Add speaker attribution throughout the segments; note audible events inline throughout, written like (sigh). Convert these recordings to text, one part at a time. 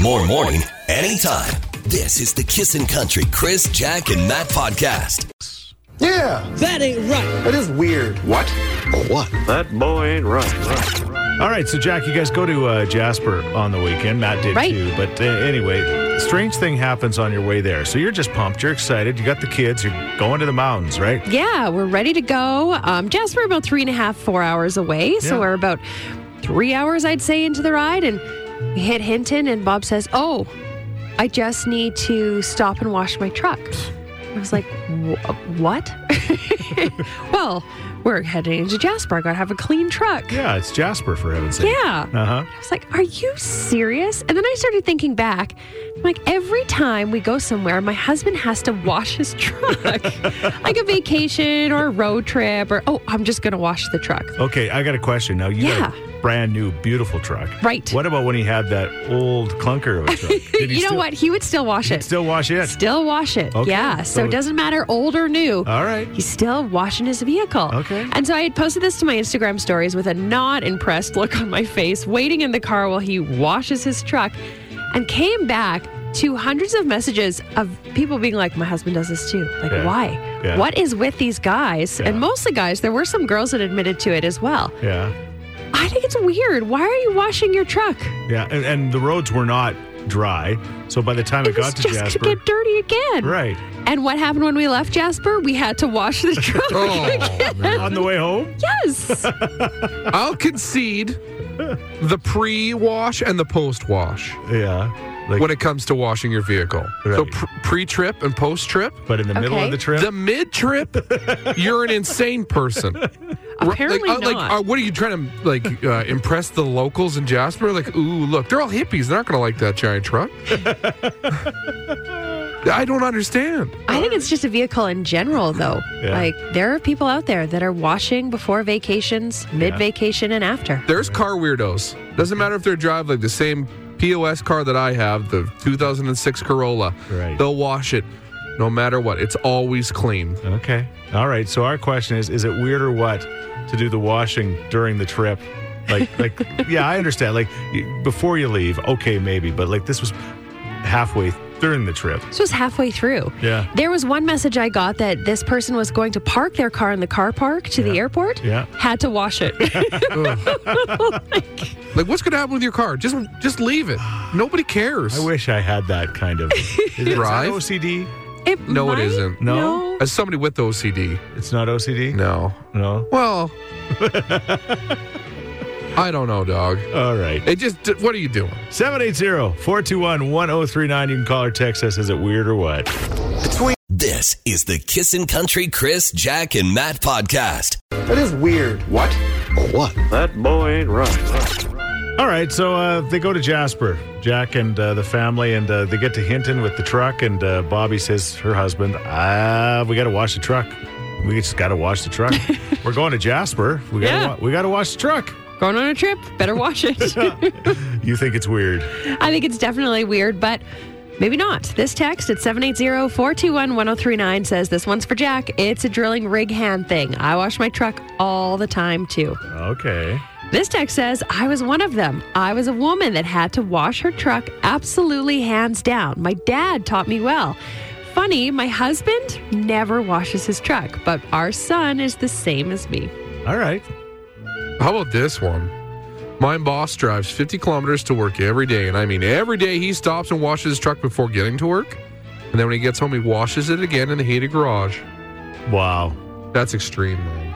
Speaker 1: more morning, anytime. This is the Kissin' Country Chris, Jack, and Matt podcast.
Speaker 2: Yeah,
Speaker 3: That ain't right.
Speaker 2: that is weird.
Speaker 4: What?
Speaker 2: What?
Speaker 4: That boy ain't right. right, right.
Speaker 5: All right, so Jack, you guys go to uh, Jasper on the weekend. Matt did
Speaker 6: Right.
Speaker 5: too. But uh, anyway, strange thing happens on your way there. So you're just pumped. You're excited. You got the kids. You're going to the mountains, right?
Speaker 6: Yeah, we're ready to go. Um, Jasper about three and a half, four hours away, so
Speaker 5: Yeah.
Speaker 6: we're about three hours, I'd say, into the ride, and we hit Hinton, and Bob says, "Oh, I just need to stop and wash my truck." I was like, "Wh- "What?" (laughs) well, we're heading into Jasper. I gotta have a clean truck.
Speaker 5: Yeah, it's Jasper for heaven's sake.
Speaker 6: Yeah.
Speaker 5: Uh huh.
Speaker 6: I was like, are you serious? And then I started thinking back. I'm like, every time we go somewhere, my husband has to wash his truck, (laughs) like a vacation or a road trip, or, oh, I'm just going to wash the truck.
Speaker 5: Okay, I got a question. Now you got a brand new, beautiful truck.
Speaker 6: Right.
Speaker 5: What about when he had that old clunker of a
Speaker 6: (laughs)
Speaker 5: truck? Did he
Speaker 6: you know
Speaker 5: still-
Speaker 6: what? He would still wash it.
Speaker 5: Still wash it.
Speaker 6: Still wash it.
Speaker 5: Okay,
Speaker 6: Yeah. So,
Speaker 5: so-
Speaker 6: it doesn't matter old or new.
Speaker 5: All right.
Speaker 6: He's still washing his vehicle.
Speaker 5: Okay.
Speaker 6: And so I had posted this to my Instagram stories with a not impressed look on my face, waiting in the car while he washes his truck, and came back to hundreds of messages of people being like, My husband does this too. Like,
Speaker 5: Yeah.
Speaker 6: why?
Speaker 5: Yeah.
Speaker 6: What is with these guys? And
Speaker 5: Yeah.
Speaker 6: mostly guys, there were some girls that admitted to it as well.
Speaker 5: Yeah.
Speaker 6: I think it's weird. Why are you washing your truck?
Speaker 5: Yeah. And, and the roads were not dry. So by the time it,
Speaker 6: It was
Speaker 5: got to
Speaker 6: just
Speaker 5: Jasper.
Speaker 6: gonna get dirty again. (laughs)
Speaker 5: right.
Speaker 6: And what happened when we left Jasper? We had to
Speaker 5: (laughs)
Speaker 6: wash the truck.
Speaker 5: Oh, on the way home?
Speaker 6: (laughs)
Speaker 5: (laughs)
Speaker 6: Yes.
Speaker 7: I'll concede the pre-wash and the post-wash
Speaker 5: Yeah. Like,
Speaker 7: when it comes to washing your vehicle. So
Speaker 5: Right.
Speaker 7: pr- pre-trip and post-trip.
Speaker 5: but in the middle
Speaker 6: Okay.
Speaker 5: of the trip?
Speaker 7: The mid-trip, you're an insane person. Ru-
Speaker 5: oh,
Speaker 6: Apparently
Speaker 7: like, uh, like,
Speaker 6: not.
Speaker 7: uh, what are you trying to like uh, impress the locals in Jasper? Like, ooh, look, they're all hippies. They're not going to like that giant truck. (laughs) I don't understand.
Speaker 6: I think it's just a vehicle in general, though.
Speaker 5: Yeah.
Speaker 6: Like, there are people out there that are washing before vacations, mid vacation, and after.
Speaker 7: There's car weirdos. Doesn't matter if they're driving like the same POS car that I have, the 2006 Corolla.
Speaker 5: Right.
Speaker 7: They'll wash it no matter what. It's always clean.
Speaker 5: Okay. All right. So our question is: Is it weird or what to do the washing during the trip? Like, like, yeah, I understand. Like, y- before you leave, okay, maybe, but like this was halfway during the trip.
Speaker 6: This was halfway through.
Speaker 5: Yeah.
Speaker 6: There was one message I got that this person was going to park their car in the car park to the airport.
Speaker 5: Yeah.
Speaker 6: Had to wash
Speaker 5: (laughs)
Speaker 6: it. (laughs)
Speaker 7: Like what's gonna happen with your car? Just just leave
Speaker 5: (sighs)
Speaker 7: it. Nobody cares.
Speaker 5: I wish I had that kind of is that
Speaker 7: Drive?
Speaker 5: OCD.
Speaker 6: It
Speaker 7: No, it
Speaker 6: might-
Speaker 7: isn't.
Speaker 5: No?
Speaker 7: As somebody with OCD,
Speaker 5: It's not OCD.
Speaker 7: no.
Speaker 5: No? (laughs)
Speaker 7: Well, I don't know, dog.
Speaker 5: All right.
Speaker 7: It just what are you doing?
Speaker 5: 780-421-1039. You can call or text us. Is it weird or what?
Speaker 1: This is the Kissin' Country Chris, Jack, and Matt podcast.
Speaker 2: That is weird.
Speaker 4: What?
Speaker 2: What?
Speaker 4: That boy ain't right. right, right.
Speaker 5: All right, so uh, they go to Jasper, Jack and uh, the family, and uh, they get to Hinton with the truck. And uh, Bobby says, her husband, ah, we got to wash the truck. We just got to wash the truck. We're going to Jasper. We got
Speaker 6: Yeah.
Speaker 5: to wa- we got to wash the truck.
Speaker 6: Going on a trip, better wash
Speaker 5: (laughs)
Speaker 6: it.
Speaker 5: You think it's weird?
Speaker 6: I think it's definitely weird, but maybe not. This text at 780 421 1039 says, This one's for Jack. It's a drilling rig hand thing. I wash my truck all the time, too.
Speaker 5: Okay.
Speaker 6: This text says, I was one of them. I was a woman that had to wash her truck absolutely hands down. My dad taught me well. Funny, my husband never washes his truck, but our son is the same as me.
Speaker 5: All right.
Speaker 7: How about this one? My boss drives 50 kilometers to work every day, and I mean every day he stops and washes his truck before getting to work. And then when he gets home, he washes it again in the heated garage.
Speaker 5: Wow.
Speaker 7: That's extreme, man.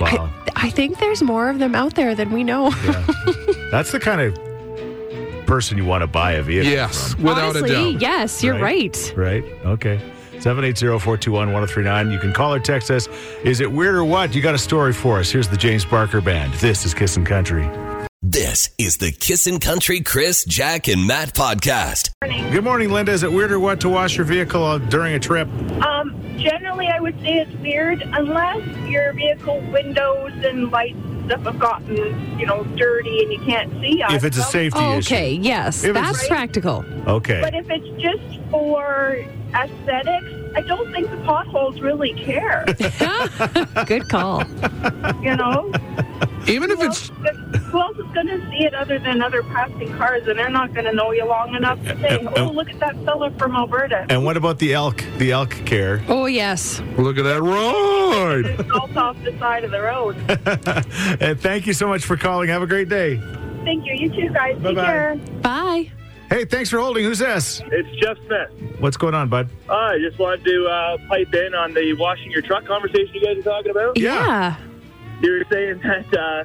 Speaker 5: Wow.
Speaker 6: I think there's more of them out there than we know.
Speaker 5: That's the kind of person you want to buy a vehicle.
Speaker 7: Yes, without
Speaker 6: Honestly,
Speaker 7: a doubt.
Speaker 6: yes, you're
Speaker 5: Right.
Speaker 6: right.
Speaker 5: Right? Okay. 780-421-1039. You can call or text us. Is it weird or what? You got a story for us. Here's the James Barker Band. This is Kissin' Country.
Speaker 1: This is the Kissin' Country Chris, Jack, and Matt podcast.
Speaker 5: Good morning, Linda. Is it weird or what to wash your vehicle uh, during a trip?
Speaker 8: Um, generally, I would say it's weird unless your vehicle windows and lights and stuff have gotten, you know, dirty and you can't see. out
Speaker 5: If
Speaker 9: Uh,
Speaker 5: it's a
Speaker 8: of them.
Speaker 5: safety
Speaker 6: Okay, yes,
Speaker 5: If it's-
Speaker 6: that's practical. (laughs)
Speaker 5: issue. Okay.
Speaker 8: But if it's just for aesthetics, I don't think the
Speaker 5: (laughs)
Speaker 8: potholes really care,
Speaker 6: Good call.
Speaker 8: you know?
Speaker 7: Even if
Speaker 8: Who else
Speaker 7: it's
Speaker 8: is gonna- who else is going to see it other than other passing cars, and they're not going to know you long enough to say,
Speaker 5: uh,
Speaker 8: "Oh, look at that fella from
Speaker 5: (laughs)
Speaker 8: Alberta."
Speaker 5: And what about the elk? The elk care.
Speaker 6: Oh, yes.
Speaker 7: look at that ride.
Speaker 8: It's all off the side of the road.
Speaker 5: (laughs) And thank you so much for calling. Have a great day.
Speaker 8: Thank you. You too, guys. Take
Speaker 5: Bye-bye.
Speaker 8: care.
Speaker 6: Bye.
Speaker 5: Hey, thanks for holding. Who's this?
Speaker 3: It's Jeff Smith.
Speaker 5: What's going on, bud?
Speaker 3: I just wanted to uh, pipe in on the washing your truck conversation you guys are talking about.
Speaker 5: Yeah.
Speaker 6: Yeah.
Speaker 3: You were saying (laughs) that uh,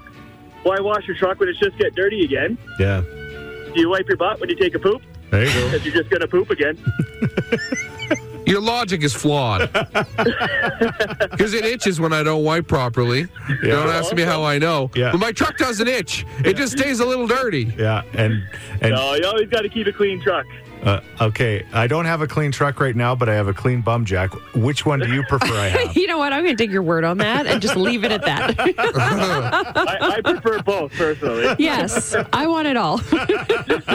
Speaker 3: why wash your truck when it's just get dirty again?
Speaker 5: Yeah.
Speaker 3: Do you wipe your butt when you take a poop?
Speaker 5: There you go.
Speaker 3: Because you're just going to poop again.
Speaker 7: Your logic is flawed. Because it itches when I don't wipe properly. Don't ask me how I know.
Speaker 5: Yeah.
Speaker 7: But my truck doesn't itch. It just stays a little dirty.
Speaker 5: Yeah, and and
Speaker 3: No, you always got to keep a clean truck.
Speaker 5: uh, okay, I don't have a clean truck right now, but I have a clean bum jack. Which one do you prefer? I
Speaker 6: (laughs)
Speaker 5: have.
Speaker 6: You know what? I'm going to dig your word on that and just leave it at that. (laughs)
Speaker 3: I, I prefer both, personally.
Speaker 6: yes. I want it all. (laughs)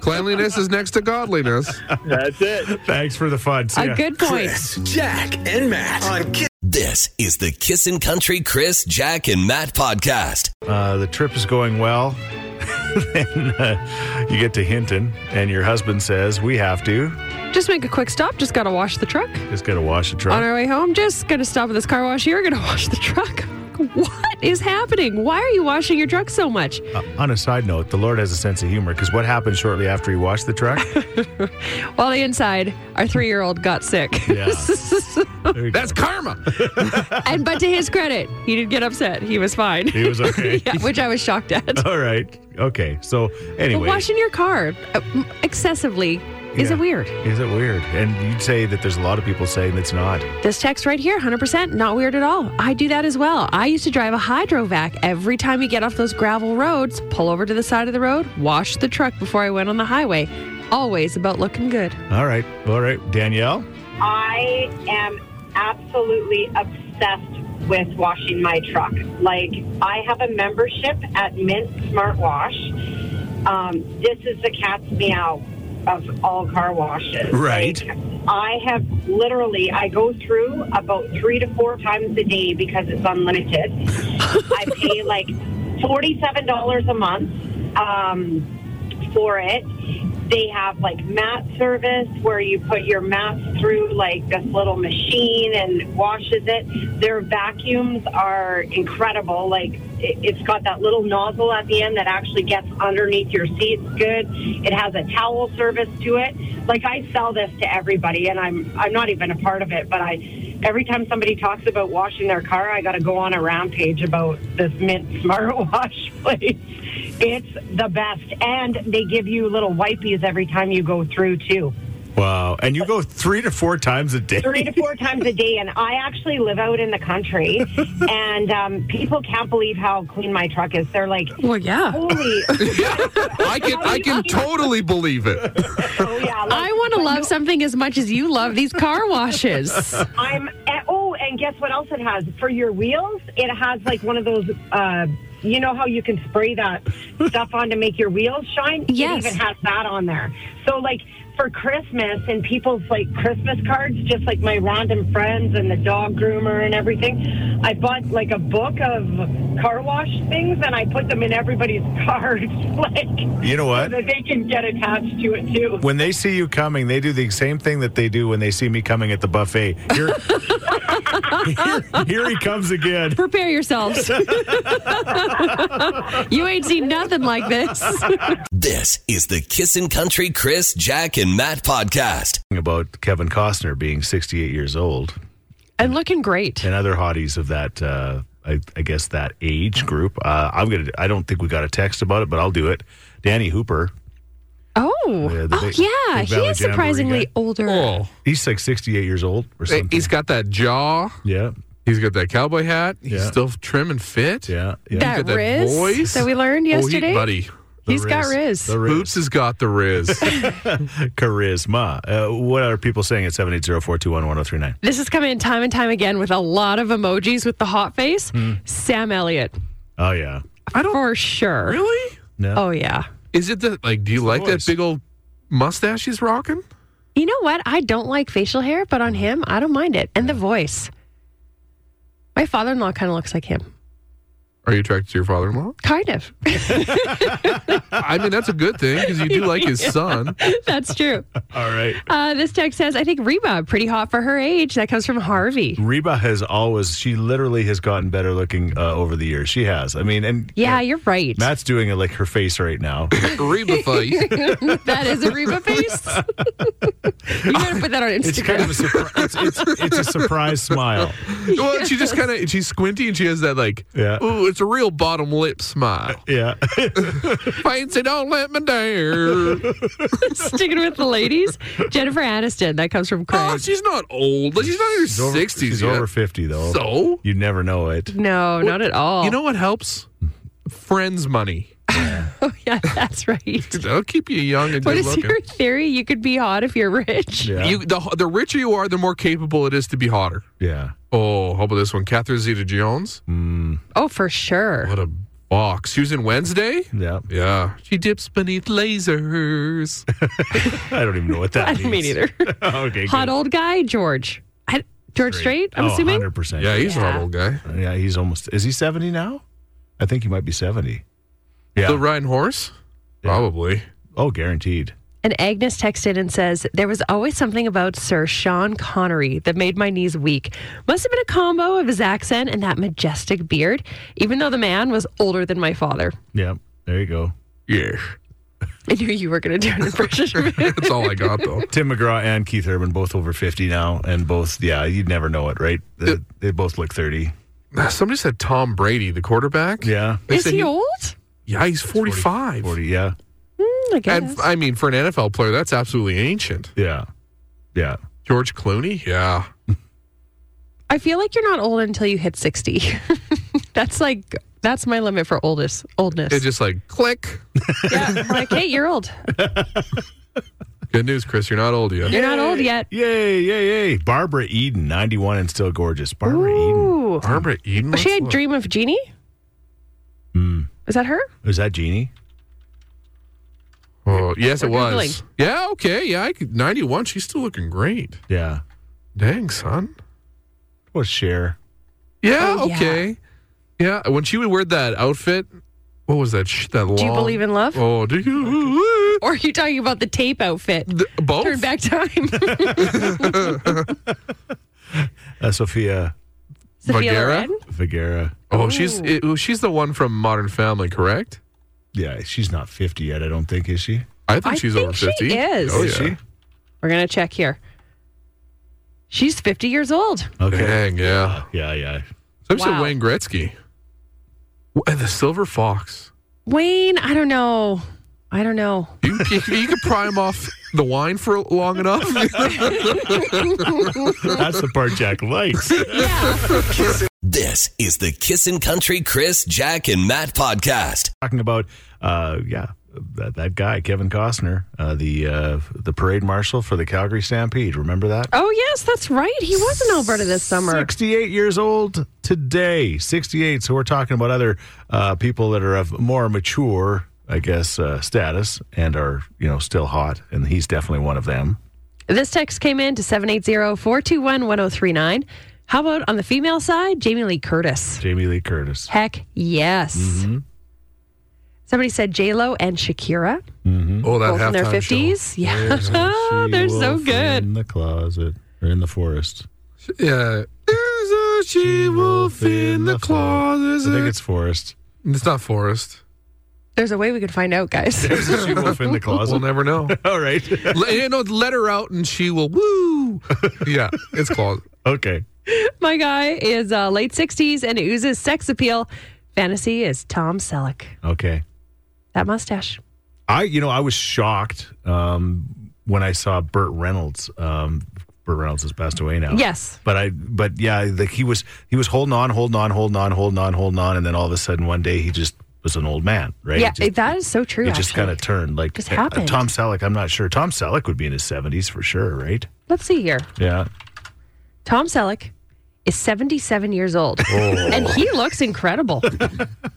Speaker 7: Cleanliness is next to godliness.
Speaker 3: That's it.
Speaker 5: Thanks for the fun. See ya.
Speaker 6: A good point.
Speaker 1: Jack and Matt on Ki- This is the Kissin' Country Chris, Jack, and Matt podcast.
Speaker 5: Uh, the trip is going well. (laughs) then uh, you get to Hinton, and your husband says, "We have to.
Speaker 6: Just make a quick stop. Just got to wash the truck.
Speaker 5: Just gotta wash the
Speaker 6: On
Speaker 5: truck."
Speaker 6: our way home, just going to stop at this car wash here. Going to (laughs) wash the truck. What is happening? Why are you washing your truck so much?
Speaker 5: Uh, on a side note, the Lord has a sense of humor because what happened shortly after he washed the
Speaker 6: (laughs)
Speaker 5: truck?
Speaker 6: While the inside, our three year old got sick.
Speaker 5: Yeah.
Speaker 7: That's karma.
Speaker 6: (laughs) and but to his credit, he didn't get upset. He was fine.
Speaker 5: he was okay.
Speaker 6: (laughs) yeah, which I was shocked at.
Speaker 5: (laughs) All right. Okay. So
Speaker 6: But
Speaker 5: anyway,
Speaker 6: washing your car uh, m- excessively is
Speaker 5: Yeah.
Speaker 6: it weird?
Speaker 5: is it weird? And you'd say that there's a lot of people saying it's not.
Speaker 6: This text right here, 100%, not weird at all. I do that as well. I used to drive a hydrovac. Every time you get off those gravel roads, pull over to the side of the road, wash the truck before I went on the highway. Always about looking good.
Speaker 5: All right. All right. Danielle.
Speaker 9: I am absolutely obsessed with washing my truck. Like, I have a membership at Mint Smart Wash. Um, this is the cat's meow of all car washes.
Speaker 5: Right.
Speaker 9: Like, I have literally, I go through about three to four times a day because it's unlimited. I pay like $47 a month. Um, for it. They have like mat service where you put your mats through like this little machine and washes it. Their vacuums are incredible. Like it, it's got that little nozzle at the end that actually gets underneath your seats good. It has a towel service to it. Like I sell this to everybody and I'm I'm not even a part of it, but I every time somebody talks about washing their car, I got to go on a rampage about this Mint (laughs) Smart Wash place. It's the best, and they give you little wipies every time you go through too.
Speaker 5: Wow. And you go three to four times a day.
Speaker 9: Three
Speaker 8: (laughs)
Speaker 9: to four times a day, and I actually live out in the country, and um, people can't believe how clean my truck is. They're like,
Speaker 6: Well, yeah.
Speaker 9: "Holy,
Speaker 7: (laughs) I can I can totally believe it.
Speaker 9: oh yeah!" Like,
Speaker 6: I want to love something as much as you love these car washes.
Speaker 9: I'm eh, oh, and guess what else it has for your wheels? It has like one of those. Uh, you know how you can spray that stuff on to make your wheels shine?
Speaker 6: Yes.
Speaker 9: It even has that on there. So like for Christmas and people's like Christmas cards, just like my random friends and the dog groomer and everything, I bought like a book of car wash things and I put them in everybody's (laughs) cards like
Speaker 5: You know
Speaker 9: so
Speaker 5: what?
Speaker 9: that they can get attached to it too.
Speaker 5: When they see you coming, they do the same thing that they do when they see me coming at the buffet. Here, (laughs) here, here he comes again.
Speaker 6: Prepare yourselves. (laughs) you ain't seen nothing like this.
Speaker 1: This is the Kissin' Country Chris, Jack, and Matt podcast.
Speaker 5: About Kevin Costner being 68 years old
Speaker 6: And looking great.
Speaker 5: and other hotties of that, uh, I, I guess, that age group. Uh, I'm gonna. I don't think we got a text about it, but I'll do it. Danny Hooper.
Speaker 6: Oh,
Speaker 5: Yeah, the
Speaker 6: oh
Speaker 5: big- big
Speaker 6: yeah. He
Speaker 5: Valley
Speaker 6: is
Speaker 5: Jamboree
Speaker 6: surprisingly
Speaker 5: guy.
Speaker 6: older.
Speaker 7: Oh,
Speaker 5: He's like 68 years old or something.
Speaker 7: he's got that jaw.
Speaker 5: yeah,
Speaker 7: He's got that cowboy hat. He's
Speaker 5: Yeah.
Speaker 7: still trim and fit.
Speaker 5: yeah, yeah.
Speaker 6: That
Speaker 7: got that
Speaker 6: Riz
Speaker 7: voice.
Speaker 6: that we learned
Speaker 7: Oh, he,
Speaker 6: yesterday.
Speaker 7: buddy.
Speaker 5: The
Speaker 6: He's got Riz.
Speaker 5: The Riz.
Speaker 7: Boots has got the
Speaker 5: (laughs)
Speaker 7: Riz.
Speaker 5: charisma. Uh, what are people saying at 780-421-1039?
Speaker 6: This has come in time and time again with a lot of emojis with the hot face. Sam Elliott,
Speaker 5: Oh yeah.
Speaker 7: Hmm. I don't
Speaker 6: for sure.
Speaker 7: really.
Speaker 5: No.
Speaker 6: Oh yeah.
Speaker 7: Is it that like? Do you like
Speaker 5: voice.
Speaker 7: that big old mustache he's rocking?
Speaker 6: You know what? I don't like facial hair, but on him, I don't mind it. And the voice. My father-in-law kind of looks like him.
Speaker 7: Are you attracted to your father-in-law?
Speaker 6: Kind of. (laughs)
Speaker 7: I mean, that's a good thing because you do like his son. (laughs)
Speaker 6: That's true.
Speaker 5: All right.
Speaker 6: Uh, this text says, I think Reba, pretty hot for her age. That comes from Harvey.
Speaker 5: Reba has always, she literally has gotten better looking uh, over the years. She has. I mean, and
Speaker 6: Yeah, you're right.
Speaker 5: Matt's doing it like her face right now.
Speaker 7: Reba face.
Speaker 6: (laughs) that is a
Speaker 7: (laughs)
Speaker 6: Reba face. you gotta put that on Instagram.
Speaker 5: It's kind of a surprise. It's, it's, it's a surprise smile.
Speaker 7: Well, she just kind of she's squinty and she has that like,
Speaker 5: Yeah.
Speaker 7: ooh, it's a real bottom lip
Speaker 5: (laughs)
Speaker 7: smile.
Speaker 5: Yeah.
Speaker 7: Fancy, don't let me
Speaker 5: (laughs)
Speaker 7: down.
Speaker 6: (laughs) Sticking with the ladies, Jennifer Aniston. That comes from Craig.
Speaker 7: oh, she's not old. Like, She's not in her
Speaker 5: Over-
Speaker 7: sixties
Speaker 5: She's
Speaker 7: yet.
Speaker 5: over 50, though.
Speaker 7: So
Speaker 5: You never know it.
Speaker 6: no, not at all.
Speaker 7: you know what helps? Friends' money.
Speaker 6: (laughs) yeah, that's right.
Speaker 7: That'll keep you young and
Speaker 6: (laughs) What
Speaker 7: good
Speaker 6: is
Speaker 7: looking.
Speaker 6: your theory? You could be hot if you're rich.
Speaker 5: Yeah.
Speaker 7: You the the richer you are, the more capable it is to be hotter.
Speaker 5: yeah.
Speaker 7: Oh, how about this one? Catherine Zeta Jones.
Speaker 5: Mm.
Speaker 6: Oh, for sure.
Speaker 7: What a box. She was in Wednesday?
Speaker 5: Yeah.
Speaker 7: Yeah. She dips beneath
Speaker 5: (laughs)
Speaker 7: lasers.
Speaker 5: I don't even know what that
Speaker 6: (laughs) I (laughs)
Speaker 5: means.
Speaker 6: don't mean either.
Speaker 5: (laughs) okay.
Speaker 6: Hot
Speaker 5: good.
Speaker 6: old guy, George. I, George Strait, I'm
Speaker 5: oh,
Speaker 6: assuming?
Speaker 5: 100%.
Speaker 7: yeah, he's an
Speaker 6: Yeah.
Speaker 7: old guy.
Speaker 5: Yeah, he's almost. Is he 70 now? I think he might be 70. Yeah.
Speaker 7: The riding horse? Probably.
Speaker 5: oh, guaranteed.
Speaker 6: And Agnes texted and says, There was always something about Sir Sean Connery that made my knees weak. Must have been a combo of his accent and that majestic beard, even though the man was older than my father.
Speaker 5: Yeah. There you go.
Speaker 7: Yeah.
Speaker 6: I knew you were going to do
Speaker 7: (laughs)
Speaker 6: an impression of him.
Speaker 7: That's all I got
Speaker 5: (laughs)
Speaker 7: though.
Speaker 5: Tim McGraw and Keith Urban both over 50 now, and both, yeah, you'd never know it, right? They, they both look 30.
Speaker 7: Somebody said Tom Brady, the quarterback.
Speaker 5: Yeah.
Speaker 7: They
Speaker 6: Is
Speaker 7: said
Speaker 6: he old?
Speaker 7: Yeah, he's 45.
Speaker 5: 40, yeah.
Speaker 6: Hmm, I guess.
Speaker 7: And I mean, for an NFL player, that's absolutely ancient.
Speaker 5: Yeah. Yeah.
Speaker 7: George Clooney? Yeah.
Speaker 6: I feel like you're not old until you hit 60. (laughs) that's like, that's my limit for oldest, oldness.
Speaker 7: It's just like click.
Speaker 6: yeah, like, hey, you're old.
Speaker 7: Good news, Chris. You're not old yet.
Speaker 6: You're not old yet.
Speaker 5: Yay, yay, yay. Barbara Eden, 91 and still gorgeous. Barbara Eden.
Speaker 6: Ooh.
Speaker 7: Barbara Eden.
Speaker 6: Was she
Speaker 7: let's
Speaker 6: had
Speaker 7: look.
Speaker 6: Dream of Jeannie? Is that her?
Speaker 5: Is that Jeannie?
Speaker 7: Oh, yes, it
Speaker 6: We're
Speaker 7: was.
Speaker 6: Googling.
Speaker 7: Yeah, okay. Yeah, I could, 91. She's still looking great.
Speaker 5: Yeah.
Speaker 7: Dang, son.
Speaker 5: Well, Cher.
Speaker 7: Yeah,
Speaker 6: Oh, yeah.
Speaker 7: okay. Yeah. when she would wear that outfit, what was that? Sh- that long.
Speaker 6: Do you believe in love?
Speaker 7: Oh, do you?
Speaker 6: Or are you talking about the tape outfit?
Speaker 7: Th- both?
Speaker 6: Turn back time. (laughs)
Speaker 5: Uh, Sophia
Speaker 6: Sophia
Speaker 7: Vergara?
Speaker 6: Loren?
Speaker 5: Vigera.
Speaker 7: Oh, she's it, oh, she's the one from Modern Family, correct?
Speaker 5: Yeah, she's not 50 yet, I don't think, is she?
Speaker 7: I think
Speaker 6: I
Speaker 7: she's
Speaker 6: think
Speaker 7: over
Speaker 6: she
Speaker 7: 50.
Speaker 6: is.
Speaker 7: Oh,
Speaker 5: Is
Speaker 7: yeah.
Speaker 5: she?
Speaker 6: We're going to check here. She's 50 years old.
Speaker 5: Okay.
Speaker 7: Dang, yeah.
Speaker 5: Yeah, yeah.
Speaker 7: So wow.
Speaker 6: Wow.
Speaker 7: Wayne Gretzky. W- And the Silver Fox.
Speaker 6: Wayne, I don't know. I don't know.
Speaker 7: You, you, you could pry him off the wine for long (laughs) enough. Oh,
Speaker 5: That's the part Jack likes.
Speaker 6: Oh,
Speaker 1: This is the Kissin' Country Chris, Jack, and Matt podcast.
Speaker 5: talking about uh yeah that, that guy Kevin Costner uh, the uh, the parade marshal for the Calgary Stampede remember that
Speaker 6: Oh, yes, that's right. He was in Alberta this summer.
Speaker 5: 68 years old today 68 so we're talking about other uh, people that are of more mature I guess uh, status and are you know still hot and he's definitely one of them
Speaker 6: This text came in to 780 421 1039. How about on the female side, Jamie Lee Curtis?
Speaker 5: Jamie Lee Curtis Hmm?
Speaker 6: Heck yes.
Speaker 5: Mm-hmm.
Speaker 6: Somebody said J Lo and Shakira,
Speaker 7: oh, that
Speaker 6: both in their
Speaker 7: halftime show.
Speaker 6: fifties. (laughs) Yeah,
Speaker 5: She
Speaker 6: Oh, (laughs) they're so
Speaker 5: wolf
Speaker 6: good.
Speaker 5: in the closet or in the forest
Speaker 7: Yeah. There's a she wolf in the
Speaker 5: forest.
Speaker 7: closet.
Speaker 5: I think it's forest
Speaker 7: It's not Forrest.
Speaker 6: There's a way we could find out, guys. (laughs)
Speaker 5: there's a she wolf in the
Speaker 7: We'll
Speaker 5: closet
Speaker 7: never (laughs) know.
Speaker 5: all right (laughs)
Speaker 7: let, you know, let her out and she will (laughs) woo. Yeah, it's closet.
Speaker 5: okay
Speaker 6: My guy is uh, late sixties and oozes sex appeal. Fantasy is Tom Selleck.
Speaker 5: okay
Speaker 6: That mustache.
Speaker 5: I, you know, I was shocked um, when I saw Burt Reynolds. Um, Burt Reynolds has passed away now.
Speaker 6: Yes.
Speaker 5: But I, but yeah, like he was, he was holding on, holding on, holding on, holding on, holding on, and then all of a sudden one day he just was an old man, right?
Speaker 6: Yeah,
Speaker 5: It just,
Speaker 6: that is so true.
Speaker 5: it just
Speaker 6: actually.
Speaker 5: kind of turned. Like
Speaker 6: Just
Speaker 5: uh,
Speaker 6: happened.
Speaker 5: Tom Selleck, I'm not sure. Tom Selleck would be in his 70s for sure, right?
Speaker 6: Let's see here.
Speaker 5: Yeah.
Speaker 6: Tom Selleck is seventy-seven years old,
Speaker 5: Oh.
Speaker 6: and he looks
Speaker 5: (laughs)
Speaker 6: incredible.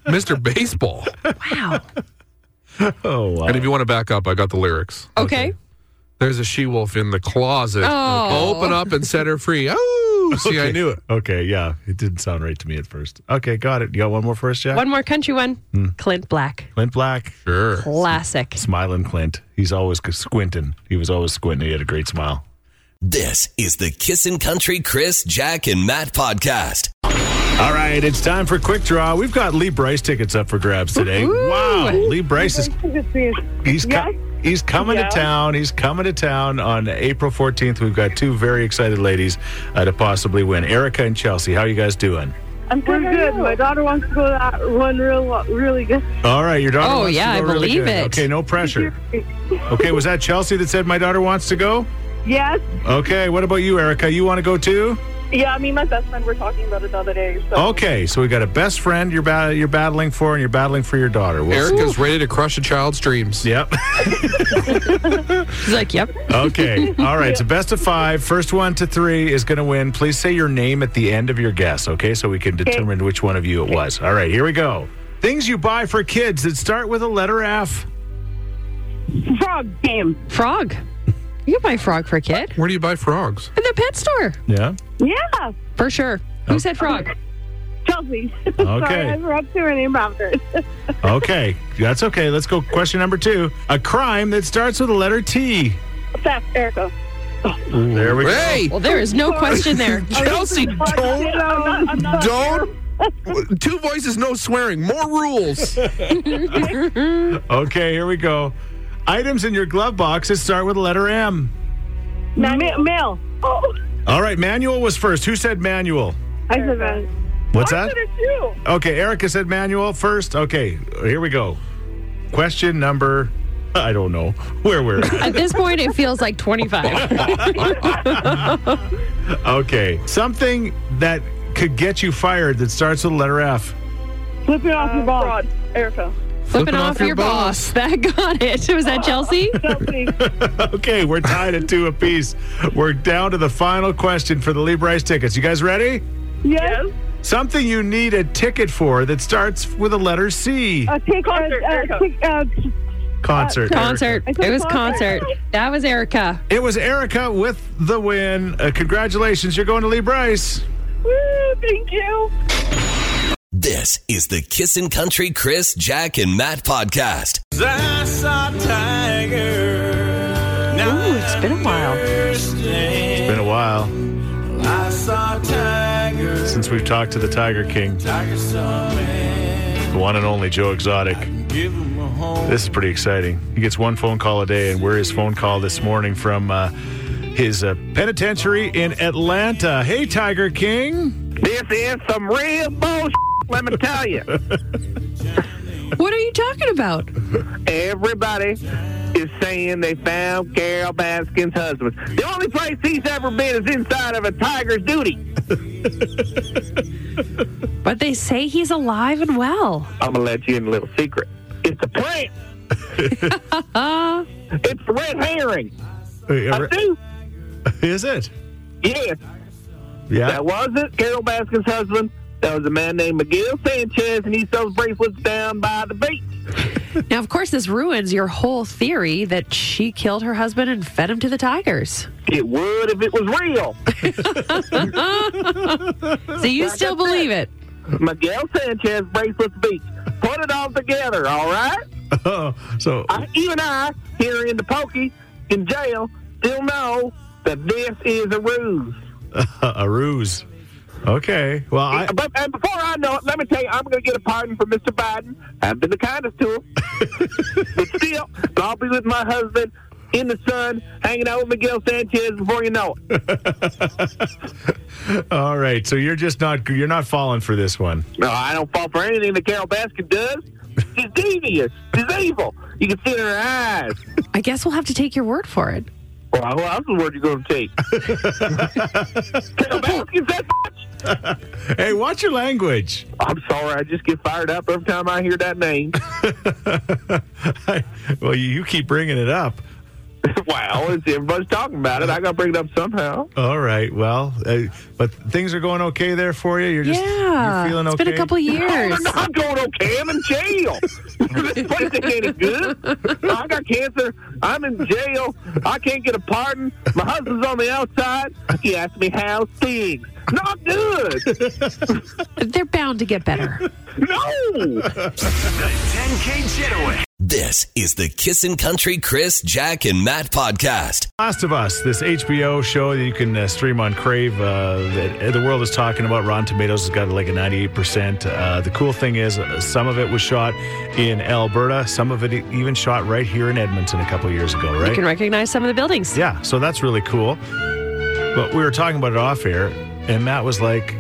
Speaker 7: Mr. Baseball.
Speaker 6: Wow.
Speaker 5: Oh wow.
Speaker 7: And if you want to back up, I got the lyrics.
Speaker 6: Okay.
Speaker 7: There's a she wolf in the closet.
Speaker 6: Oh.
Speaker 7: Open up and set her free. Oh. Woo! See, I knew it.
Speaker 5: Okay, yeah, it didn't sound right to me at first. Okay, got it. You got one more for us, Jack?
Speaker 6: One more country one. Clint Black.
Speaker 5: Clint Black,
Speaker 7: Sure.
Speaker 6: Classic.
Speaker 5: smiling Clint. He's always squinting. He was always squinting. He had a great smile.
Speaker 1: This is the Kissin' Country Chris, Jack, and Matt podcast.
Speaker 5: All right, it's time for quick draw. We've got Lee Bryce tickets up for grabs today. Wow, Lee Bryce is he's co- he's coming
Speaker 8: Yeah.
Speaker 5: to town. He's coming to town on April 14th. We've got two very excited ladies uh, to possibly win. Erica and Chelsea, how you guys doing?
Speaker 8: I'm good. We're good. My daughter wants to go to that one real, really good.
Speaker 5: All right, your daughter.
Speaker 6: Oh,
Speaker 5: wants
Speaker 6: yeah,
Speaker 5: to
Speaker 6: I
Speaker 5: go really
Speaker 6: believe
Speaker 5: good.
Speaker 6: it.
Speaker 5: Okay, no pressure. okay, was that Chelsea that said my daughter wants to go?
Speaker 8: Yes.
Speaker 5: Okay, what about you, Erica? You want to go too?
Speaker 8: Yeah, me and my best friend were talking about it the other day. So.
Speaker 5: Okay, so we got a best friend you're ba- you're battling for, and you're battling for your daughter. We'll see.
Speaker 7: Erica's ready to crush a child's dreams.
Speaker 5: Yep.
Speaker 6: He's like, yep.
Speaker 5: Okay.
Speaker 8: (laughs)
Speaker 5: All right. So best of five. First one to three is going to win. Please say your name at the end of your guess, okay? So we can determine which one of you it was. All right. Here we go. Things you buy for kids that start with a letter F.
Speaker 9: Frog game.
Speaker 6: Frog. You can buy frog for a kid.
Speaker 7: Where do you buy frogs?
Speaker 6: In the pet store.
Speaker 5: Yeah.
Speaker 8: Yeah.
Speaker 6: For sure. Who said frog?
Speaker 8: Chelsea. Sorry, I
Speaker 5: Okay.
Speaker 8: forgot to her name (laughs) after.
Speaker 5: okay. That's okay. Let's go. Question number two. A crime that starts with a letter T.
Speaker 8: Fast, Erica.
Speaker 5: There we go.
Speaker 7: Hey,
Speaker 6: Well, there is no question (laughs) there.
Speaker 7: Chelsea,
Speaker 8: I'm
Speaker 7: don't,
Speaker 8: not, I'm not,
Speaker 7: (laughs) don't. Two voices, no swearing. More
Speaker 5: (laughs)
Speaker 7: rules.
Speaker 5: Okay. Here we go. Items in your glove box that start with a letter M.
Speaker 8: Ma- mail. Oh,
Speaker 5: All right. Manual was first. Who said manual?
Speaker 8: I said that.
Speaker 5: What's
Speaker 8: I
Speaker 5: that?
Speaker 8: said it too.
Speaker 5: Okay, Erica said manual first. Okay, here we go. Question number I don't know where we're at. (laughs)
Speaker 6: At this point, it feels like 25.
Speaker 5: Okay. Something that could get you fired that starts with the letter F.
Speaker 8: Flipping off your ball. Fraud, Erica.
Speaker 6: Flipping off, your boss. (laughs) That got it. Was that Chelsea?
Speaker 8: Chelsea.
Speaker 5: Okay, we're tied at two apiece. We're down to the final question for the Lee Bryce tickets. You guys ready?
Speaker 8: yes.
Speaker 5: Something you need a ticket for that starts with a letter C.
Speaker 8: Uh, take
Speaker 9: Concert,
Speaker 8: uh,
Speaker 9: Erica.
Speaker 8: Uh, take, uh,
Speaker 5: Concert.
Speaker 6: Concert.
Speaker 5: Erica.
Speaker 6: It was concert. That was Erica.
Speaker 5: It was Erica with the win. Uh, congratulations, you're going to Lee Bryce.
Speaker 8: woo, thank you.
Speaker 1: This is the Kissin' Country Chris, Jack, and Matt podcast.
Speaker 6: Ooh, it's been a while.
Speaker 5: It's been a while. Since we've talked to the Tiger King, the one and only Joe Exotic. This is pretty exciting. He gets one phone call a day, and we're his phone call this morning from uh, his uh, penitentiary in Atlanta. Hey, Tiger King.
Speaker 10: This is some real bullshit, let me tell you.
Speaker 6: What are you talking about?
Speaker 10: Everybody is saying they found Carol Baskin's husband. The only place he's ever been is inside of a tiger's duty.
Speaker 6: But they say he's alive and well.
Speaker 10: I'm going to let you in a little secret. It's a plant. it's a red herring. I do.
Speaker 5: Is it?
Speaker 10: Yes,
Speaker 5: Yeah.
Speaker 10: that wasn't Carol Baskin's husband. That was a man named Miguel Sanchez, and he sells bracelets down by the beach.
Speaker 6: Now, of course, this ruins your whole theory that she killed her husband and fed him to the tigers.
Speaker 10: It would if it was real.
Speaker 6: So you still believe it.
Speaker 10: Miguel Sanchez, bracelets beach. Put it all together, all right?
Speaker 5: so,
Speaker 10: I, even I, here in the pokey, in jail, still know that this is a ruse.
Speaker 5: uh, a ruse. Okay. Well, I,
Speaker 10: but and before I know it, let me tell you, I'm going to get a pardon from Mr. Biden. I've been the kindest to him. but still, I'll be with my husband in the sun, hanging out with Miguel Sanchez before you know it.
Speaker 5: all right. So you're just not you're not falling for this one.
Speaker 10: No, I don't fall for anything that Carol Baskin does. She's devious. She's evil. You can see it in her eyes.
Speaker 6: I guess we'll have to take your word for it.
Speaker 10: Well, who else is word you going to take? Carol Baskin's that bitch?
Speaker 5: Hey, watch your language. (laughs)
Speaker 10: I'm sorry, I just get fired up every time I hear that name. (laughs)
Speaker 5: well, you- you keep bringing it up.
Speaker 10: wow, it's, everybody's talking about it. I got to bring it up somehow.
Speaker 5: All right. Well, uh, but things are going okay there for you. You're just
Speaker 6: yeah.
Speaker 5: you're feeling
Speaker 6: it's
Speaker 5: okay.
Speaker 6: been
Speaker 5: (laughs)
Speaker 6: a couple years.
Speaker 10: I'm not going okay. I'm in jail. (laughs) this place ain't any good. I got cancer. I'm in jail. I can't get a pardon. My husband's on the outside. He asked me how things. Not good.
Speaker 6: They're bound to get better.
Speaker 10: No.
Speaker 1: 10K Jitterway. This is the Kissin' Country Chris, Jack, and Matt podcast.
Speaker 5: Last of Us, this HBO show that you can uh, stream on Crave, uh, that uh, the world is talking about. Rotten Tomatoes has got like a 98%. Uh, the cool thing is, uh, some of it was shot in Alberta, some of it e- even shot right here in Edmonton a couple years ago,
Speaker 6: (laughs) You
Speaker 5: right?
Speaker 6: can recognize some of the buildings.
Speaker 5: Yeah, so that's really cool. But we were talking about it off air, and Matt was like,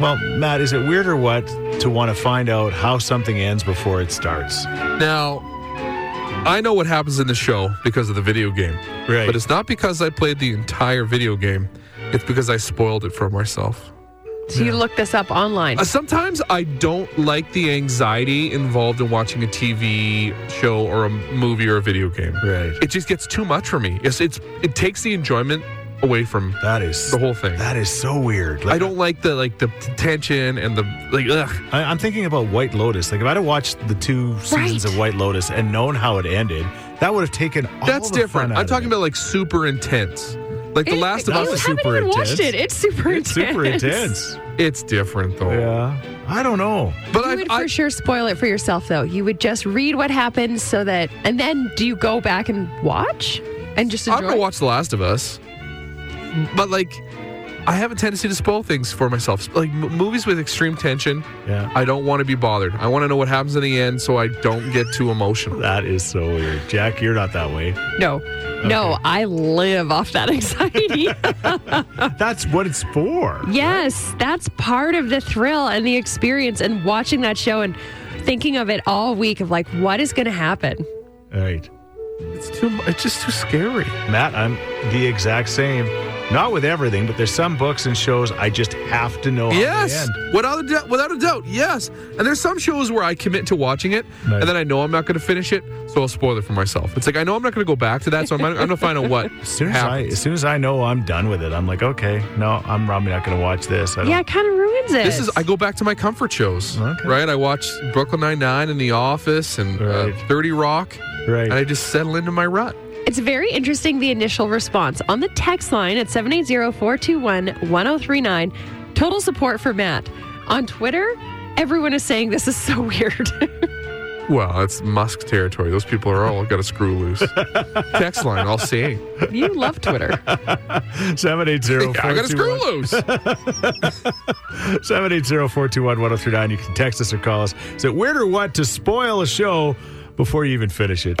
Speaker 5: Well, Matt, is it weird or what to want to find out how something ends before it starts?
Speaker 7: Now, I know what happens in the show because of the video game.
Speaker 5: Right.
Speaker 7: But it's not because I played the entire video game. It's because I spoiled it for myself.
Speaker 6: So you look this up online.
Speaker 7: Uh, sometimes I don't like the anxiety involved in watching a TV show or a movie or a video game.
Speaker 5: Right.
Speaker 7: It just gets too much for me. It's, it's it takes the enjoyment away from
Speaker 5: That is
Speaker 7: the whole thing.
Speaker 5: That is so weird.
Speaker 7: I
Speaker 5: Like,
Speaker 7: don't like the like the tension and the like. Ugh.
Speaker 5: I, I'm thinking about White Lotus. Like, if I'd have watched the two seasons
Speaker 6: Right.
Speaker 5: of White Lotus and known how it ended, that would have taken all
Speaker 7: That's
Speaker 5: the fun
Speaker 7: different.
Speaker 5: out
Speaker 7: I'm
Speaker 5: of
Speaker 7: talking
Speaker 5: it.
Speaker 7: about like super intense. Like the
Speaker 6: It-
Speaker 7: Last of
Speaker 6: you
Speaker 7: Us is
Speaker 6: haven't
Speaker 5: super
Speaker 6: even watched
Speaker 5: intense.
Speaker 6: it. It's super
Speaker 5: It's
Speaker 6: intense.
Speaker 5: super intense.
Speaker 7: It's different though.
Speaker 5: Yeah. I don't know.
Speaker 7: But
Speaker 6: You
Speaker 7: I,
Speaker 6: would
Speaker 7: I
Speaker 6: for sure spoil it for yourself, though. You would just read what happens so that, and then do you go back and watch and just enjoy?
Speaker 7: I'm gonna watch The Last of Us, but like I have a tendency to spoil things for myself. Like m- movies with extreme tension,
Speaker 5: Yeah.
Speaker 7: I don't want to be bothered. I want to know what happens in the end, so I don't get too emotional.
Speaker 5: That is so weird. Jack, you're not that way.
Speaker 6: No, no, I live off that (laughs) anxiety.
Speaker 5: That's what it's for.
Speaker 6: yes, that's part of the thrill and the experience, and watching that show and thinking of it all week of like what is going to happen.
Speaker 5: All right.
Speaker 7: It's too. mu- It's just too scary.
Speaker 5: Matt, I'm the exact same. Not with everything, but there's some books and shows I just have to know. how they
Speaker 7: Yes,
Speaker 5: end.
Speaker 7: without a doubt, without a doubt, yes. And there's some shows where I commit to watching it,
Speaker 5: Nice.
Speaker 7: and then I know I'm not going to finish it, so I'll spoil it for myself. It's like I know I'm not going to go back to that, so I'm, not- I'm going to find out what
Speaker 5: As soon as, I,
Speaker 7: happens.
Speaker 5: as soon as I know I'm done with it, I'm like, okay, no, I'm probably not going to watch this. I don't
Speaker 6: Yeah, it kind of ruins it.
Speaker 7: This is I go back to my comfort shows,
Speaker 5: Okay.
Speaker 7: right? I watch Brooklyn Nine Nine and The Office and
Speaker 5: Right.
Speaker 7: uh, Thirty Rock,
Speaker 5: Right. (laughs)
Speaker 7: and I just settle into my rut.
Speaker 6: It's very interesting the initial response. On the text line at 780-421-1039, total support for Matt. On Twitter, everyone is saying this is (laughs) so weird.
Speaker 7: Well, it's Musk territory. Those people are all got to screw loose. (laughs) Text line, I'll see. (laughs)
Speaker 6: you love Twitter.
Speaker 5: 780
Speaker 7: I got to screw (laughs) loose.
Speaker 5: 780-421-1039. You can text us or call us. Is it weird or what to spoil a show before you even finish it?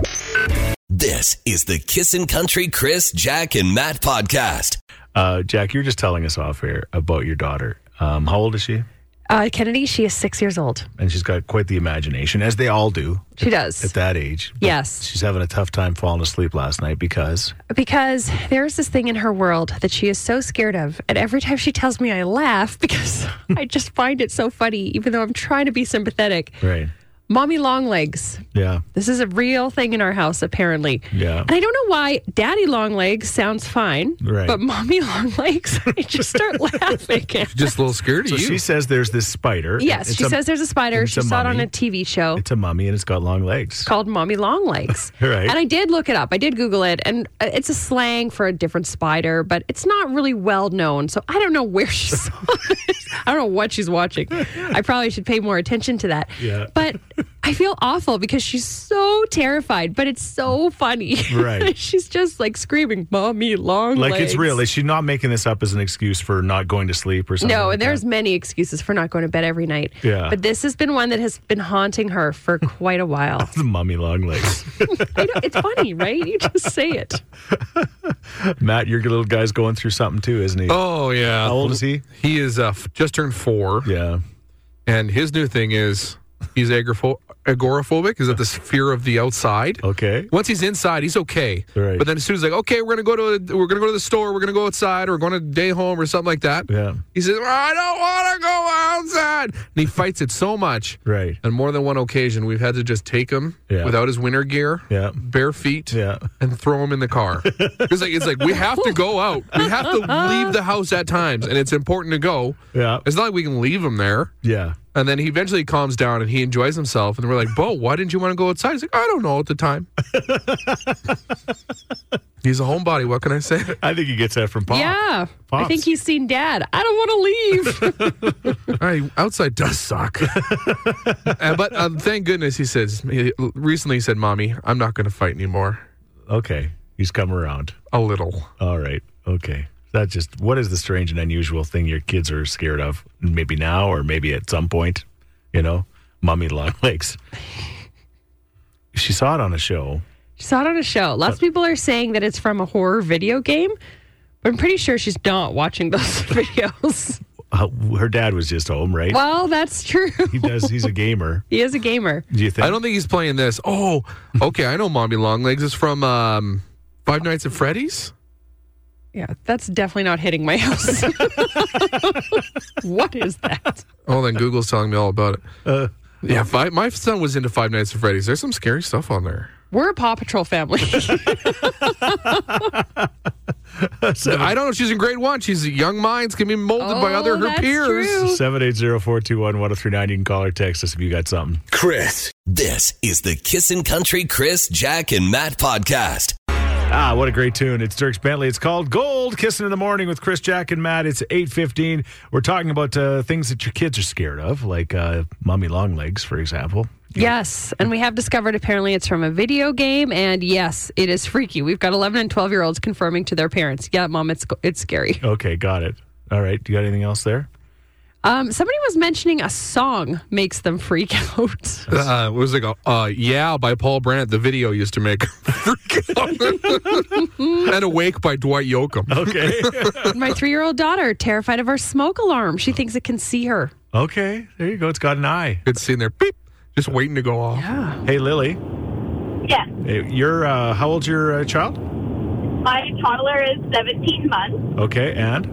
Speaker 1: This is the Kissin' Country Chris, Jack, and Matt podcast.
Speaker 5: Uh, Jack, you're just telling us off air about your daughter. Um, how old is she?
Speaker 6: (laughs) Uh, Kennedy, she is six years old.
Speaker 5: And she's got quite the imagination, as they all do
Speaker 6: She does.
Speaker 5: at that age. But
Speaker 6: Yes.
Speaker 5: She's having a tough time falling asleep last night because
Speaker 6: because there's this thing in her world that she is so scared of and every time she tells me i laugh (laughs) because i just find it so funny even though i'm trying to be sympathetic
Speaker 5: Right.
Speaker 6: mommy long legs
Speaker 5: Yeah.
Speaker 6: this is a real thing in our house apparently
Speaker 5: Yeah.
Speaker 6: and i don't know why daddy long legs sounds fine
Speaker 5: Right.
Speaker 6: but mommy long legs (laughs) i just start laughing at.
Speaker 7: Just a little scared of
Speaker 5: So
Speaker 7: you.
Speaker 5: she says there's this spider.
Speaker 6: yes
Speaker 5: It's
Speaker 6: she
Speaker 5: a-
Speaker 6: says there's a spider
Speaker 5: it's
Speaker 6: she
Speaker 5: a
Speaker 6: saw it on
Speaker 5: mummy.
Speaker 6: a tv show
Speaker 5: it's a mummy and it's got long legs.
Speaker 6: called mommy long legs
Speaker 5: (laughs) Right.
Speaker 6: and i did look it up i did google it and uh, it's a slang for a different spider but it's not really well known so i don't know where she
Speaker 5: (laughs)
Speaker 6: saw this i don't know what she's watching i probably should pay more attention to that
Speaker 5: Yeah.
Speaker 6: but i feel awful because she's so terrified but it's so funny
Speaker 5: Right.
Speaker 6: (laughs) she's just like screaming mommy long
Speaker 5: Like
Speaker 6: legs
Speaker 5: it's real. Is she not making this up as an excuse for not going to sleep or something?
Speaker 6: no,
Speaker 5: like
Speaker 6: and there's
Speaker 5: that?
Speaker 6: many excuses for not going to bed every night.
Speaker 5: Yeah.
Speaker 6: But this has been one that has been haunting her for quite a while.
Speaker 5: the mummy long
Speaker 6: (laughs)
Speaker 5: legs.
Speaker 6: I know, it's funny, right? You just say it.
Speaker 5: Matt, your little guy's going through something too, isn't he?
Speaker 7: oh yeah.
Speaker 5: How old is he?
Speaker 7: He is uh, f- just turned four,
Speaker 5: Yeah.
Speaker 7: and his new thing is he's agorapho- agoraphobic. Is that this fear of the outside?
Speaker 5: Okay.
Speaker 7: Once he's inside, he's okay.
Speaker 5: Right.
Speaker 7: But then as soon as like, okay, we're gonna go to we're gonna go to the store, we're gonna go outside, or we're going to day home or something like that.
Speaker 5: Yeah.
Speaker 7: He says, I don't want to go outside, and he fights it so much.
Speaker 5: Right.
Speaker 7: On more than one occasion, we've had to just take him
Speaker 5: Yeah.
Speaker 7: without his winter gear,
Speaker 5: Yeah.
Speaker 7: bare feet,
Speaker 5: Yeah.
Speaker 7: and throw him in the
Speaker 5: (laughs)
Speaker 7: car. it's like it's like we have to go out. We have to leave the house at times, and it's important to go.
Speaker 5: Yeah.
Speaker 7: It's not like we can leave him there.
Speaker 5: Yeah.
Speaker 7: And then he eventually calms down and he enjoys himself. And we're like, Bo, why didn't you want to go outside? He's like, I don't know at the time. He's a homebody. What can I say?
Speaker 5: I think he gets that from Pop.
Speaker 6: Yeah. I
Speaker 5: Pops.
Speaker 6: think he's seen dad. I don't want to leave.
Speaker 7: I, outside does suck. Uh, but um, thank goodness he says, he recently said, Mommy, I'm not going to fight anymore.
Speaker 5: Okay. He's come around.
Speaker 7: A little.
Speaker 5: All right. Okay. That just what is the strange and unusual thing your kids are scared of? Maybe now or maybe at some point, you know? Mummy long legs. She saw it on a show.
Speaker 6: she saw it on a show. Lots of people are saying that it's from a horror video game, but I'm pretty sure she's not watching those (laughs) videos.
Speaker 5: Uh, her dad was just home, right?
Speaker 6: well, that's true.
Speaker 5: He does. He's a gamer.
Speaker 6: He is a gamer.
Speaker 5: Do you think?
Speaker 7: I don't think he's playing this. Oh, okay. I know Mommy Longlegs is from um, Five Nights at Freddy's.
Speaker 6: Yeah, that's definitely not hitting my house. (laughs) what is that?
Speaker 7: Oh, then Google's telling me all about it. yeah, five, my son was into Five Nights at Freddy's. There's some scary stuff on there.
Speaker 6: We're a Paw Patrol family.
Speaker 7: I don't know. She's in grade one. She's young minds can be molded by other her
Speaker 6: Oh, that's
Speaker 7: peers.
Speaker 6: true.
Speaker 5: 780-421-1039. You can call or text us if you got something.
Speaker 1: Chris. This is the Kissin' Country Chris, Jack, and Matt podcast.
Speaker 5: Ah, what a great tune. It's Dirks Bentley. It's called Gold Kissing in the Morning with Chris, Jack, and Matt. It's 8.15. We're talking about uh, things that your kids are scared of, like uh, mommy long legs, for example.
Speaker 6: Yes, and we have discovered apparently it's from a video game, and yes, it is freaky. We've got 11 and 12 year olds confirming to their parents, "Yeah, mom, it's it's scary."
Speaker 5: Okay, got it. All right. You got anything else there?
Speaker 6: Um, somebody was mentioning a song makes them freak (laughs) out.
Speaker 7: Uh, it was like a uh, "Yeah" by Paul Brandt. The video used to make (laughs) freak out. (laughs) and "Awake" by Dwight Yoakam. (laughs)
Speaker 5: Okay.
Speaker 6: My three year old daughter terrified of our smoke alarm. She thinks it can see her.
Speaker 5: okay. There you go. It's got an eye.
Speaker 7: It's sitting there, beep, just waiting to go off.
Speaker 5: Hey, Lily.
Speaker 9: Yes,
Speaker 5: Hey, You're, uh, how old's your uh, child?
Speaker 9: my toddler is 17 months,
Speaker 5: Okay, and?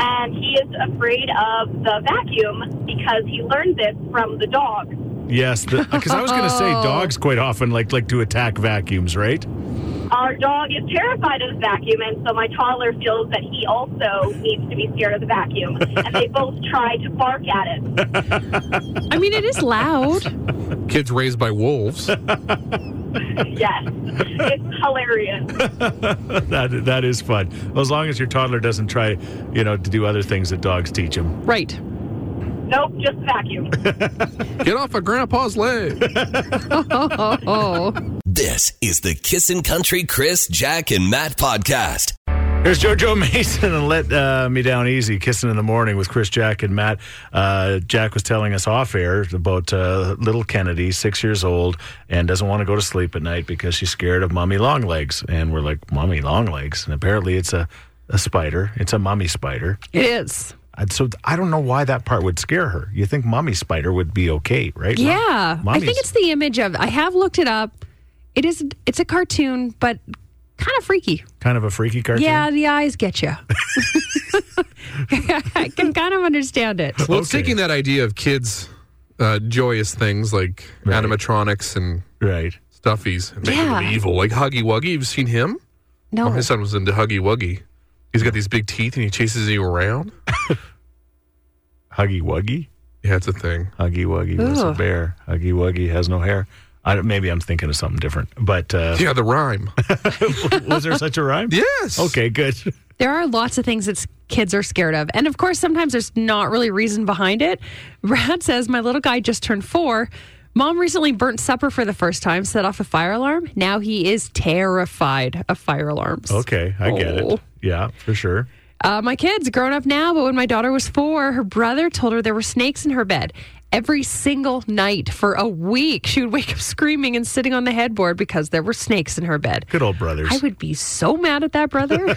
Speaker 9: and he is afraid of the vacuum because he learned this from the dog.
Speaker 5: Yes, because I was going to say dogs quite often like like to attack vacuums, right?
Speaker 9: Our dog is terrified of the vacuum, and so my toddler feels that he also needs to be scared of the vacuum. And they both try to bark at it.
Speaker 6: I mean, it is loud.
Speaker 7: Kids raised by wolves.
Speaker 9: Yes, it's hilarious.
Speaker 5: That that is fun. Well, as long as your toddler doesn't try, you know, to do other things that dogs teach him.
Speaker 6: Right.
Speaker 9: Nope, just vacuum.
Speaker 7: Get off of Grandpa's leg.
Speaker 6: Oh, oh.
Speaker 1: This is the Kissin' Country Chris, Jack, and Matt podcast.
Speaker 5: Here's JoJo (laughs) Mason and Let uh, Me Down Easy, Kissing in the Morning with Chris, Jack, and Matt. Uh, Jack was telling us off air about uh, little Kennedy, six years old, and doesn't want to go to sleep at night because she's scared of mommy long legs. And we're like, mommy long legs? And apparently it's a, a spider. It's a mommy spider.
Speaker 6: it is.
Speaker 5: And so I don't know why that part would scare her. You think mommy spider would be okay, right?
Speaker 6: Yeah,
Speaker 5: Mom-
Speaker 6: I think
Speaker 5: mommy's-
Speaker 6: it's the image of. I have looked it up. It is. It's a cartoon, but kind of freaky.
Speaker 5: Kind of a freaky cartoon.
Speaker 6: Yeah, the eyes get you. (laughs) I can kind of understand it.
Speaker 7: Well, it's
Speaker 5: Okay.
Speaker 7: taking that idea of kids, uh, joyous things like
Speaker 5: Right.
Speaker 7: animatronics and
Speaker 5: Right.
Speaker 7: stuffies, and making
Speaker 6: Yeah.
Speaker 7: them evil, like Huggy Wuggy. You've seen him?
Speaker 6: No,
Speaker 7: Oh, my son was into Huggy Wuggy. He's got these big teeth and he chases you around.
Speaker 5: Huggy Wuggy?
Speaker 7: Yeah, it's a thing.
Speaker 5: Huggy Wuggy was a
Speaker 6: Ugh.
Speaker 5: bear. Huggy Wuggy has no hair. I don't, maybe I'm thinking of something different.
Speaker 7: (laughs)
Speaker 5: But uh,
Speaker 7: Yeah, the rhyme.
Speaker 5: was there such a rhyme?
Speaker 7: yes.
Speaker 5: Okay, good. (laughs)
Speaker 6: there are lots of things that s- kids are scared of, and of course, sometimes there's not really reason behind it. (laughs) Brad says, "My little guy just turned four. Mom recently burnt supper for the first time, set off a fire alarm. Now he is terrified of fire alarms."
Speaker 5: Okay, I get
Speaker 6: Oh.
Speaker 5: it. Yeah, for sure.
Speaker 6: Uh, my kids, grown up now, but when my daughter was four, her brother told her there were snakes in her bed. Every single night for a week, she would wake up (laughs) screaming and sitting on the headboard because there were snakes in her bed.
Speaker 5: Good old brothers.
Speaker 6: I would be so mad at
Speaker 5: (laughs)
Speaker 6: that brother.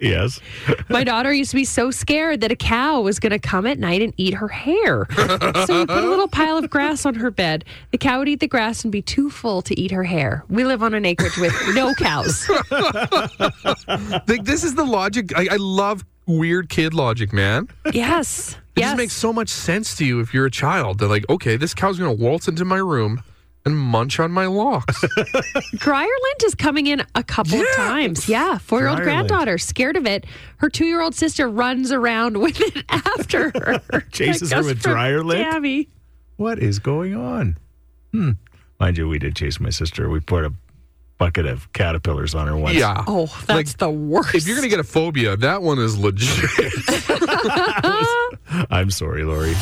Speaker 5: yes.
Speaker 6: my daughter used to be so scared that a cow was going to come at night and eat her hair. so we put a little pile of grass on her bed. The cow would eat the grass and be too full to eat her hair. We live on an acreage with
Speaker 7: (laughs)
Speaker 6: no cows.
Speaker 7: Like, this is the logic. I, I love weird kid logic, man.
Speaker 6: Yes.
Speaker 7: It
Speaker 6: yes.
Speaker 7: just makes so much sense to you if you're a child. They're like, okay, this cow's going to waltz into my room and munch on my locks.
Speaker 6: Grierland is coming in a couple of
Speaker 7: Yeah.
Speaker 6: times. Yeah, four year old
Speaker 5: Grierland.
Speaker 6: granddaughter, scared of it. Her two year old sister runs around with it (laughs)
Speaker 7: (laughs)
Speaker 6: after her.
Speaker 5: Chases her
Speaker 6: That goes
Speaker 5: with
Speaker 6: from
Speaker 5: Grierland?
Speaker 6: Gabby.
Speaker 5: What is going on? Hmm. Mind you, we did chase my sister. We poured a bucket of caterpillars on her once.
Speaker 7: yeah.
Speaker 6: Oh, that's
Speaker 7: Like,
Speaker 6: the worst.
Speaker 7: If you're going to get a phobia, that one is legit. (laughs)
Speaker 5: I'm sorry, Lori.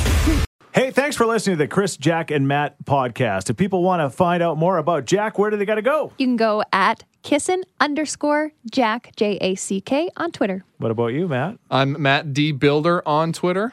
Speaker 5: Hey, thanks for listening to the Chris, Jack, and Matt podcast. If people want to find out more about Jack, where do they got to go?
Speaker 11: You can go at kissin underscore Jack, J A C K, on Twitter.
Speaker 5: What about you, Matt?
Speaker 12: I'm Matt D Builder on Twitter.